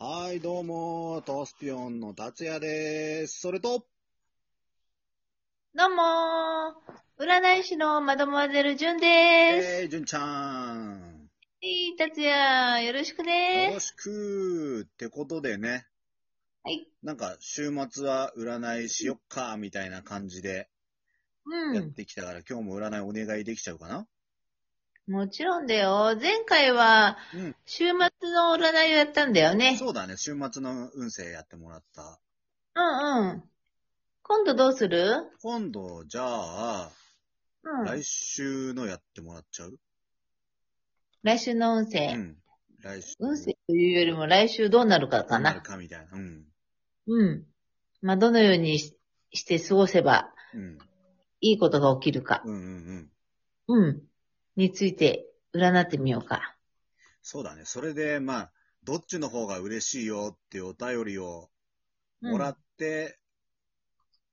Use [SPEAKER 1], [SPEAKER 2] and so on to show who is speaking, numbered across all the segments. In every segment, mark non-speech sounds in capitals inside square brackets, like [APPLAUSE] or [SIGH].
[SPEAKER 1] はい、どうも、トスピオンの達也です。それと、
[SPEAKER 2] どうもー占い師のマドモアゼルジュンです。
[SPEAKER 1] えー、じゅんちゃん。
[SPEAKER 2] いい達也、よろしく
[SPEAKER 1] よ
[SPEAKER 2] ね
[SPEAKER 1] ろしくってことでね、
[SPEAKER 2] はい。
[SPEAKER 1] なんか、週末は占いしよっか、みたいな感じで
[SPEAKER 2] う
[SPEAKER 1] やっ
[SPEAKER 2] ん。
[SPEAKER 1] てきたから、今日も占いお願いできちゃうかな
[SPEAKER 2] もちろんだよ。前回は
[SPEAKER 1] うん、
[SPEAKER 2] 週末の占いをやったんだよね。
[SPEAKER 1] そうだね、週末の運勢やってもらった。
[SPEAKER 2] うんうん。今度どうする
[SPEAKER 1] 今度、じゃあ、
[SPEAKER 2] うん。
[SPEAKER 1] 来週のやってもらっちゃう
[SPEAKER 2] 来週の運
[SPEAKER 1] う
[SPEAKER 2] 勢。
[SPEAKER 1] ん。来週。
[SPEAKER 2] 運勢というよりも来週どうなるか
[SPEAKER 1] ど
[SPEAKER 2] か
[SPEAKER 1] うなる
[SPEAKER 2] な。
[SPEAKER 1] かみたいな。うん。
[SPEAKER 2] うん。まあ、どのようにしして過ごせば
[SPEAKER 1] うん。
[SPEAKER 2] いいことが起きるか。
[SPEAKER 1] うんうんうん。
[SPEAKER 2] うん。について占ってみようか。
[SPEAKER 1] そうだね。それで、まあ、どっちの方が嬉しいよっていうお便りを
[SPEAKER 2] うん
[SPEAKER 1] もらって、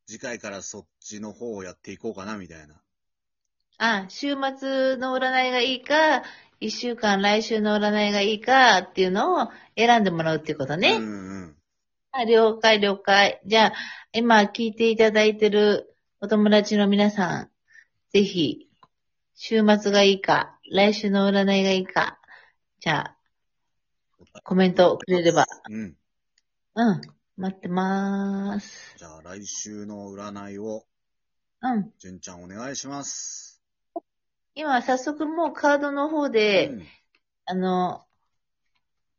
[SPEAKER 1] 次回からそっちの方をやっていこうかな、みたいな。
[SPEAKER 2] あ、週末の占いがいいか、一週間来週の占いがいいかっていうのを選んでもらうっていうことね。
[SPEAKER 1] うんうん。
[SPEAKER 2] あ了解了解。じゃあ、今聞いていただいてるお友達の皆さん、ぜひ、週末がいいか、来週の占いがいいか、じゃあ、コメントをくれれば。
[SPEAKER 1] うん。
[SPEAKER 2] うん、待ってまーす。
[SPEAKER 1] じゃあ、来週の占いを、
[SPEAKER 2] うん。
[SPEAKER 1] 純ちゃんお願いします。
[SPEAKER 2] 今、早速もうカードの方で、
[SPEAKER 1] うん
[SPEAKER 2] あの、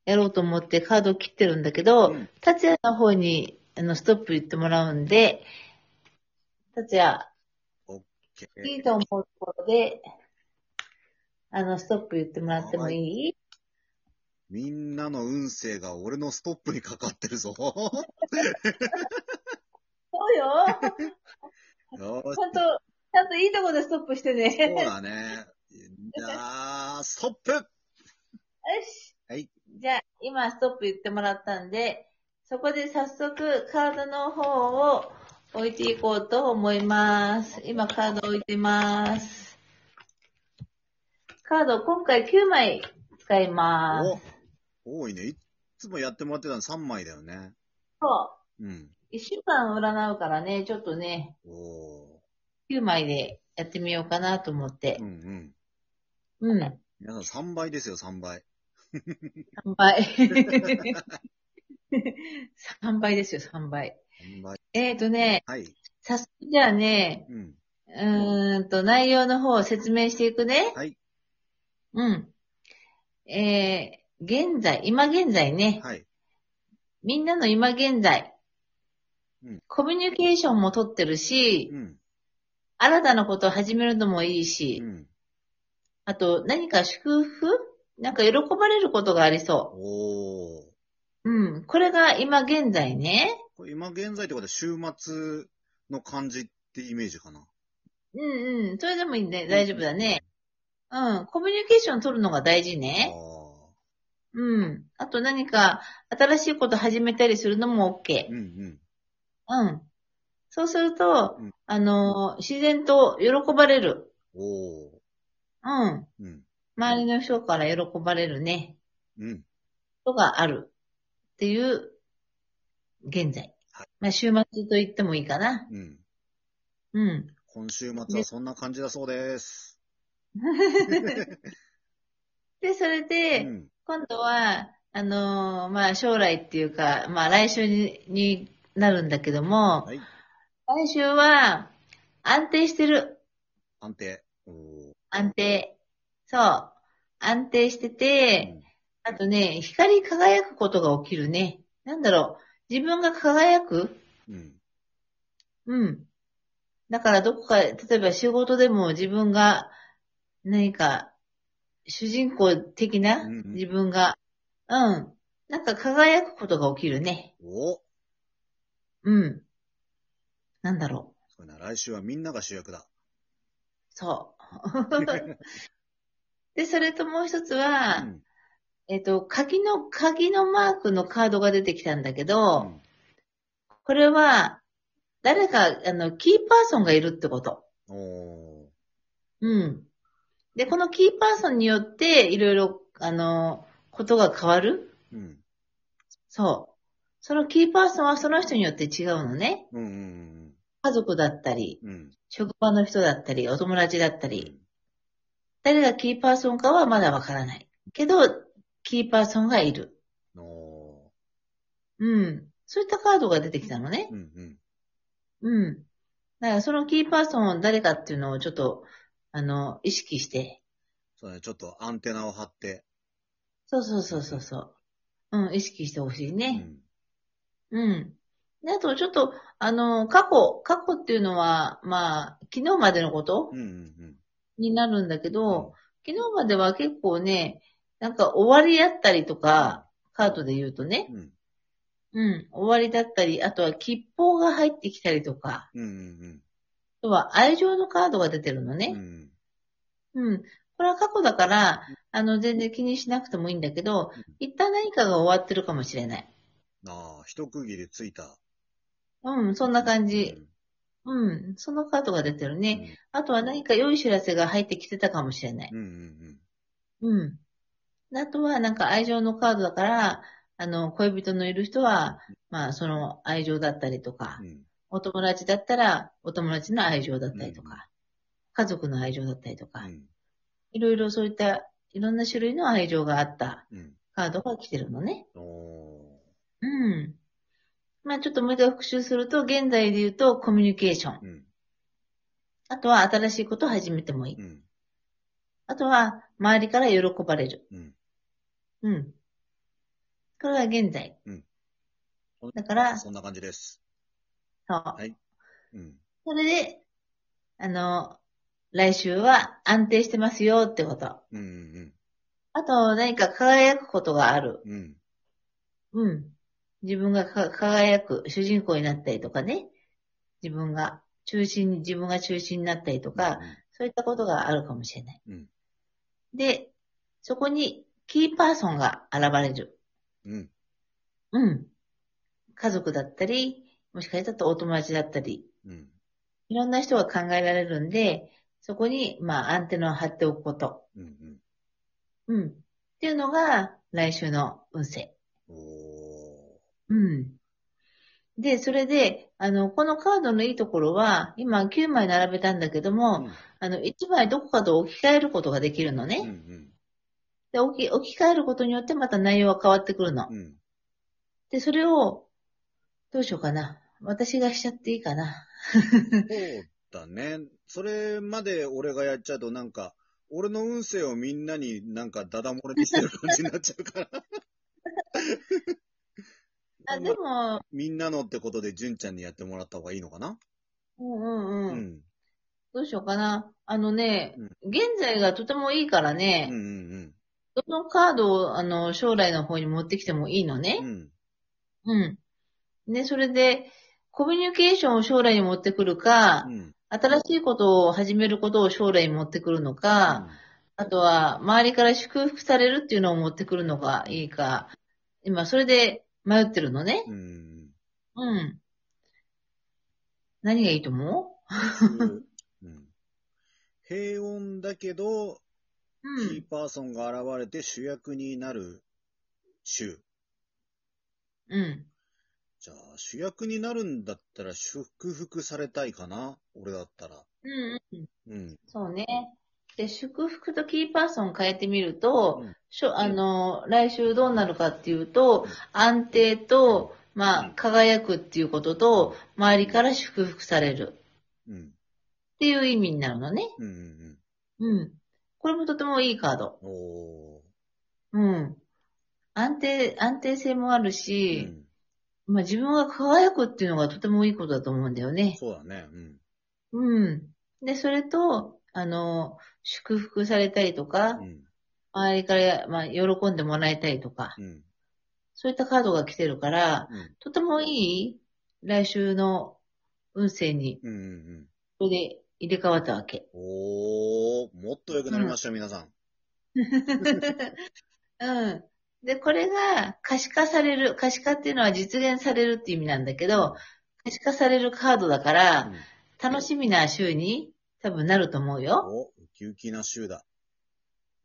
[SPEAKER 2] やろうと思ってカードを切ってるんだけど、
[SPEAKER 1] うん
[SPEAKER 2] 達也の方に、あの、ストップ言ってもらうんで、達也、いいと思うところで、あの、ストップ言ってもらってもいい
[SPEAKER 1] みんなの運勢が俺のストップにかかってる
[SPEAKER 2] [LAUGHS]
[SPEAKER 1] ぞ。よ
[SPEAKER 2] そうよ
[SPEAKER 1] ーし
[SPEAKER 2] ちゃんと、ちゃんといいところでストップしてね。
[SPEAKER 1] そう
[SPEAKER 2] よ
[SPEAKER 1] だ
[SPEAKER 2] [LAUGHS]
[SPEAKER 1] ね。じゃあ、ストップ
[SPEAKER 2] し。
[SPEAKER 1] はい。
[SPEAKER 2] じゃあ、今ストップ言ってもらったんで、そこで早速カードの方を置いていこうと思います。今カード置いてます。カード今回9枚使います。
[SPEAKER 1] お多いね。いっつもやってもらってたの3枚だよね。
[SPEAKER 2] そ
[SPEAKER 1] うん。
[SPEAKER 2] う。1週間占うからね、ちょっとね、
[SPEAKER 1] お
[SPEAKER 2] 9枚でやってみようかなと思っ
[SPEAKER 1] ー。
[SPEAKER 2] て
[SPEAKER 1] うん。うん。
[SPEAKER 2] うん。
[SPEAKER 1] 皆さん3倍ですよ、3倍。
[SPEAKER 2] 3倍。3倍ですよ、3倍。
[SPEAKER 1] 3倍。
[SPEAKER 2] えーとね、
[SPEAKER 1] はい。
[SPEAKER 2] 早速じゃあね、
[SPEAKER 1] うん。
[SPEAKER 2] うーんと、内容の方を説明していくね。
[SPEAKER 1] はい。
[SPEAKER 2] うん。えー、現在、今現在ね。
[SPEAKER 1] はい。
[SPEAKER 2] みんなの今現在。
[SPEAKER 1] うん
[SPEAKER 2] コミュニケーションも取ってるし、
[SPEAKER 1] うん。
[SPEAKER 2] 新たなことを始めるのもいいし、
[SPEAKER 1] うん。
[SPEAKER 2] あと何か祝福なんか喜ばれることがありそ
[SPEAKER 1] おー。
[SPEAKER 2] う。うん。これが今現在ね。
[SPEAKER 1] これ今現在ってことは週末の感じってイメージかな。
[SPEAKER 2] うんうん。それでもいいね。大丈夫だね。うん。コミュニケーション取るのが大事
[SPEAKER 1] あー
[SPEAKER 2] ね。うん。あと何か新しいこと始めたりするのも OK
[SPEAKER 1] う。んうん。
[SPEAKER 2] うん。そうすると、
[SPEAKER 1] うん
[SPEAKER 2] あのー、自然と喜ばれる。
[SPEAKER 1] おー。
[SPEAKER 2] うん。
[SPEAKER 1] うん。
[SPEAKER 2] 周りの人から喜ばれるね。
[SPEAKER 1] うん。
[SPEAKER 2] ことがある。っていう、現在
[SPEAKER 1] は。
[SPEAKER 2] まあ、週末と言ってもいいかな。
[SPEAKER 1] うん。
[SPEAKER 2] うん。
[SPEAKER 1] 今週末はそんな感じだそうです。
[SPEAKER 2] で、それ
[SPEAKER 1] う
[SPEAKER 2] で、
[SPEAKER 1] ん。
[SPEAKER 2] 今度は、あのー、まあ、将来っていうか、まあ、来週にになるんだけども、
[SPEAKER 1] はい。
[SPEAKER 2] 来週は、安定してる。
[SPEAKER 1] 安定。おー。
[SPEAKER 2] 安定。そう。安定してて、
[SPEAKER 1] うん
[SPEAKER 2] あとね、光り輝くことが起きるね。なんだろう。自分が輝く
[SPEAKER 1] うん。
[SPEAKER 2] うん。だからどこか、例えば仕事でも自分が何か主人公的な
[SPEAKER 1] うんうん
[SPEAKER 2] 自分が、うん。なんか輝くことが起きるね。
[SPEAKER 1] おー。
[SPEAKER 2] うん。なんだろう。
[SPEAKER 1] そうだな、来週はみんなが主役だ。
[SPEAKER 2] そう。
[SPEAKER 1] [LAUGHS]
[SPEAKER 2] で、それともう一つは、
[SPEAKER 1] うん
[SPEAKER 2] えっと、鍵の、鍵のマークのカードが出てきたんだけど、
[SPEAKER 1] うん
[SPEAKER 2] これは、誰か、あの、キーパーソンがいるってこと。
[SPEAKER 1] お
[SPEAKER 2] うん。で、このキーパーソンによって、いろいろ、あの、ことが変わる
[SPEAKER 1] ー。うん。
[SPEAKER 2] そう。そのキーパーソンはその人によって違うのね。
[SPEAKER 1] うんうん
[SPEAKER 2] 家族だったり、
[SPEAKER 1] うん。うん。
[SPEAKER 2] 職場の人だったり、お友達だったり、誰がキーパーソンかはまだわからない。けど、キーパーソンがいる。
[SPEAKER 1] うん。お
[SPEAKER 2] うん。そういったカードが出てきたのね
[SPEAKER 1] ー。うんうん。
[SPEAKER 2] うん。だからそのキーパーソンは誰かっていうのをちょっと、あの、意識して。
[SPEAKER 1] そうだね、ちょっとアンテナを張って。
[SPEAKER 2] そうそうそうそうそう。うん、意識してほしいうね。
[SPEAKER 1] ん。
[SPEAKER 2] うん。で、あとちょっと、あの、過去、過去っていうのは、まあ、昨日までのこと
[SPEAKER 1] うんうんうん。
[SPEAKER 2] になるんだけど、昨日までは結構ね、なんか終わりだったりとか、カードで言うとね、
[SPEAKER 1] うん。
[SPEAKER 2] うん、終わりだったり、あとは吉報が入ってきたりとか、
[SPEAKER 1] うんうん
[SPEAKER 2] あとは愛情のカードが出てるの
[SPEAKER 1] うん。う
[SPEAKER 2] ね。
[SPEAKER 1] ん。
[SPEAKER 2] うん。これは過去だから、あの、全然気にしなくてもいいんだけど
[SPEAKER 1] うん、
[SPEAKER 2] 一旦何かが終わってるかもしれない。
[SPEAKER 1] ああ、一区切りついた。
[SPEAKER 2] うん、そんな感じ。うん、そのカードが出てる
[SPEAKER 1] うん。
[SPEAKER 2] ね。あとは何か良い知らせが入ってきてたかもしれない。
[SPEAKER 1] うんうん
[SPEAKER 2] うん。あとはなんか愛情のカードだから、あの、恋人のいる人は、まあその愛情だったりとか
[SPEAKER 1] うん。、うん。
[SPEAKER 2] お友達だったらお友達の愛情だったりと
[SPEAKER 1] うん
[SPEAKER 2] か、家族の愛情だったりと
[SPEAKER 1] う
[SPEAKER 2] か、
[SPEAKER 1] ん。
[SPEAKER 2] いろいろそういった、いろんな種類の愛情があった
[SPEAKER 1] うん。
[SPEAKER 2] カードが来てるのね。
[SPEAKER 1] お
[SPEAKER 2] うん。まあちょっともう一回復習すると、現在で言うとコミュニケーション
[SPEAKER 1] ー。。うん。
[SPEAKER 2] あとは新しいことを始めてもいい。
[SPEAKER 1] うん。
[SPEAKER 2] あとは周りから喜ばれる。
[SPEAKER 1] うん。
[SPEAKER 2] うん。これが現在。だから
[SPEAKER 1] そんな感じです。
[SPEAKER 2] そう。
[SPEAKER 1] いうん。
[SPEAKER 2] それで、あの、来週は安定してますよってこと。
[SPEAKER 1] うんうん
[SPEAKER 2] あと、何か輝くことがある。
[SPEAKER 1] うん。うん。
[SPEAKER 2] うん。自分がか輝く主人公になったりとかね。自分が中心に、自分が中心になったりとか、そういったことがあるかもしれない。
[SPEAKER 1] うん
[SPEAKER 2] で、そこにキーパーソンが現れる。
[SPEAKER 1] うん。うん。
[SPEAKER 2] うん。家族だったり、もしかしたらお友達だったり、
[SPEAKER 1] うん。
[SPEAKER 2] いろんな人が考えられるんで、そこに、まあ、アンテナを張っておくこと。
[SPEAKER 1] うんうん。
[SPEAKER 2] うん。っていうのが、来週の運勢。
[SPEAKER 1] お
[SPEAKER 2] うん。で、それで、あの、このカードのいいところは、今9枚並べたんだけど
[SPEAKER 1] ー。
[SPEAKER 2] も、あの、1枚どこかと置き換えることができるの
[SPEAKER 1] うんう
[SPEAKER 2] ね。
[SPEAKER 1] ん
[SPEAKER 2] で、置き、置き換えることによってまた内容は変わってくるの
[SPEAKER 1] う。ん。
[SPEAKER 2] で、それを、どうしようかな。私がしちゃっていいかな。
[SPEAKER 1] そうだね。それまで俺がやっちゃうとなんか、俺の運勢をみんなになんかダダ漏れにしてる感じになっちゃうから。
[SPEAKER 2] [LAUGHS] あ、でも、
[SPEAKER 1] みんなのってことで、純ちゃんにやってもらった方がいいのかな
[SPEAKER 2] うんうん
[SPEAKER 1] う
[SPEAKER 2] うん。
[SPEAKER 1] ん。
[SPEAKER 2] どうしようかな。あのね、現在がとてもいいから
[SPEAKER 1] うんう
[SPEAKER 2] ね、
[SPEAKER 1] ん
[SPEAKER 2] どのカードを、あの、将来の方に持ってきてもいいのね。
[SPEAKER 1] うん。うん。
[SPEAKER 2] うん。ね、それで、コミュニケーションを将来に持ってくるか
[SPEAKER 1] う、ん。
[SPEAKER 2] 新しいことを始めることを将来に持ってくるのか、あとは、周りから祝福されるっていうのを持ってくるのがいいか、今、それで迷ってるのね。
[SPEAKER 1] うんうん。
[SPEAKER 2] うん。何がいいと思
[SPEAKER 1] うん平穏だけど、
[SPEAKER 2] う
[SPEAKER 1] キ
[SPEAKER 2] う
[SPEAKER 1] ー
[SPEAKER 2] ん。
[SPEAKER 1] パーソンが現れて主役になる週。
[SPEAKER 2] うん。
[SPEAKER 1] じゃあ、主役になるんだったら祝福されたいかな俺だったら。
[SPEAKER 2] うんうん。
[SPEAKER 1] うん。
[SPEAKER 2] そうね。で、祝福とキーパーソンを変えてみると、
[SPEAKER 1] うん
[SPEAKER 2] しょあの、来週どうなるかっていうと、安定と、まあ、輝くっていうことと、周りから祝福される
[SPEAKER 1] うん。
[SPEAKER 2] っていう意味になるのね。
[SPEAKER 1] うんうん
[SPEAKER 2] うん。これもとてもいいカード。
[SPEAKER 1] うん。おー。
[SPEAKER 2] うん。安定、安定性もある
[SPEAKER 1] う
[SPEAKER 2] し、
[SPEAKER 1] ん。
[SPEAKER 2] まあ自分が輝くっていうのがとてもいいことだと思うんだよね。
[SPEAKER 1] そうだね。うん。
[SPEAKER 2] うん。で、それと、あの、祝福されたりとか
[SPEAKER 1] う、ん。
[SPEAKER 2] 周りから、まあ、喜んでもらえたりとか、
[SPEAKER 1] うん。
[SPEAKER 2] そういったカードが来てるから、
[SPEAKER 1] うん。
[SPEAKER 2] とてもいい来週の運勢に、
[SPEAKER 1] うんうんうん。
[SPEAKER 2] これで入れ替わったわけ。
[SPEAKER 1] おー。もっと良くなりました、皆さん。
[SPEAKER 2] うん。で、これが可視化される、可視化っていうのは実現されるって意味なんだけど、可視化されるカードだか
[SPEAKER 1] う
[SPEAKER 2] ら、
[SPEAKER 1] ん
[SPEAKER 2] 楽しみな週に多分なると思うよ。
[SPEAKER 1] お、ウキウキな週だ。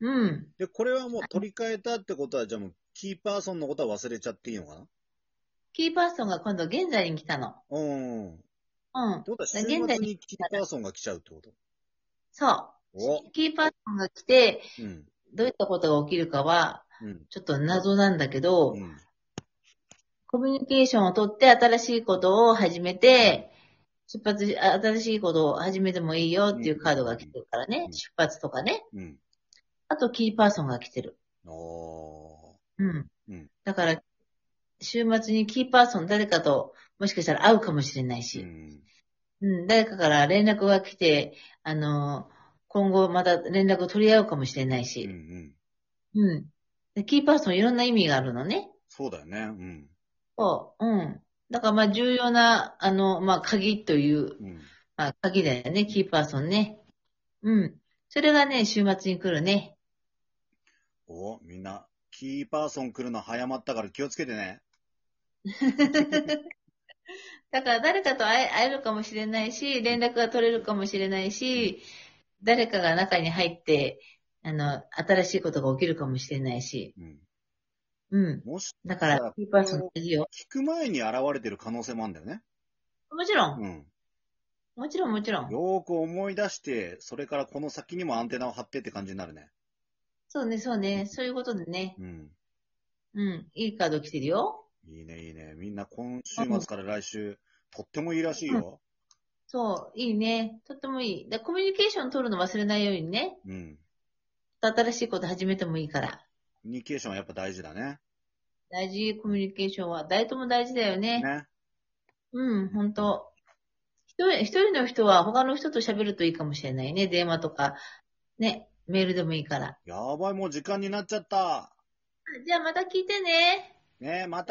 [SPEAKER 2] うん。
[SPEAKER 1] で、これはもう取り替えたってことは、じゃあもう、キーパーソンのことは忘れちゃっていいのかな
[SPEAKER 2] キーパーソンが今度現在に来たの。
[SPEAKER 1] うん。って
[SPEAKER 2] うん。
[SPEAKER 1] ことは、週末にキーパーソンが来ちゃうってこと
[SPEAKER 2] そ
[SPEAKER 1] お
[SPEAKER 2] う。キーパーソンが来て、
[SPEAKER 1] うん。
[SPEAKER 2] どういったことが起きるかは、
[SPEAKER 1] うん。
[SPEAKER 2] ちょっと謎なんだけど、
[SPEAKER 1] うん。
[SPEAKER 2] コミュニケーションをとって新しいことを始めて、出発し、あ新しいことを始めてもいいよっていうカードが来てるからね、
[SPEAKER 1] うん
[SPEAKER 2] 出発とかね。
[SPEAKER 1] うん。
[SPEAKER 2] あとキーパーソンが来てる。
[SPEAKER 1] お
[SPEAKER 2] うん。
[SPEAKER 1] うん
[SPEAKER 2] だから、週末にキーパーソン誰かと、もしかしたら会うかもしれない
[SPEAKER 1] ー。う
[SPEAKER 2] し、
[SPEAKER 1] ん。
[SPEAKER 2] うん、誰かから連絡が来て、あのー今後また連絡を取り合うかもしれない
[SPEAKER 1] うん。う
[SPEAKER 2] し、
[SPEAKER 1] ん。
[SPEAKER 2] うん。でキーパーソンいろんな意味があるのね。
[SPEAKER 1] そうだよね。うん。
[SPEAKER 2] そう、うん。だからまあ重要な、あの、まあ鍵という
[SPEAKER 1] うん。
[SPEAKER 2] まあ、鍵だよね、キーパーソンね。うん。それがね、週末に来るね。
[SPEAKER 1] おみんな、キーパーソン来るの早まったから気をつけてね。
[SPEAKER 2] [LAUGHS] だから誰かと会え会えるかもしれないし、連絡が取れるかもしれないし、誰かが中に入って、あの、新しいことが起きるかもしれないし。
[SPEAKER 1] うん。
[SPEAKER 2] うん。
[SPEAKER 1] もし、
[SPEAKER 2] だから、キーパーソン大事よ。
[SPEAKER 1] 聞く前に現れてる可能性もあるんだよね。
[SPEAKER 2] もちろん。
[SPEAKER 1] うん。
[SPEAKER 2] もちろん、もちろん。
[SPEAKER 1] よーく思い出して、それからこの先にもアンテナを張ってって感じになるね。
[SPEAKER 2] そうね、そうね。そういうことでね。
[SPEAKER 1] うん。
[SPEAKER 2] うん。いいカード来てるよ。
[SPEAKER 1] いいね、いいね。みんな今週末から来週、とってもいいらしいよ。
[SPEAKER 2] そう、いいね。とってもいい。でコミュニケーション取るの忘れないようにね。
[SPEAKER 1] うん。
[SPEAKER 2] 新しいこと始めてもいいから。
[SPEAKER 1] コミュニケーションはやっぱ大事だね。
[SPEAKER 2] 大事、コミュニケーションは。誰とも大事だよね。
[SPEAKER 1] ね。
[SPEAKER 2] うん、本当一人、一人の人は他の人と喋るといいかもしれないね。電話とか、ね、メールでもいいから。
[SPEAKER 1] やばい、もう時間になっちゃった。
[SPEAKER 2] じゃあまた聞いてね。
[SPEAKER 1] ねまた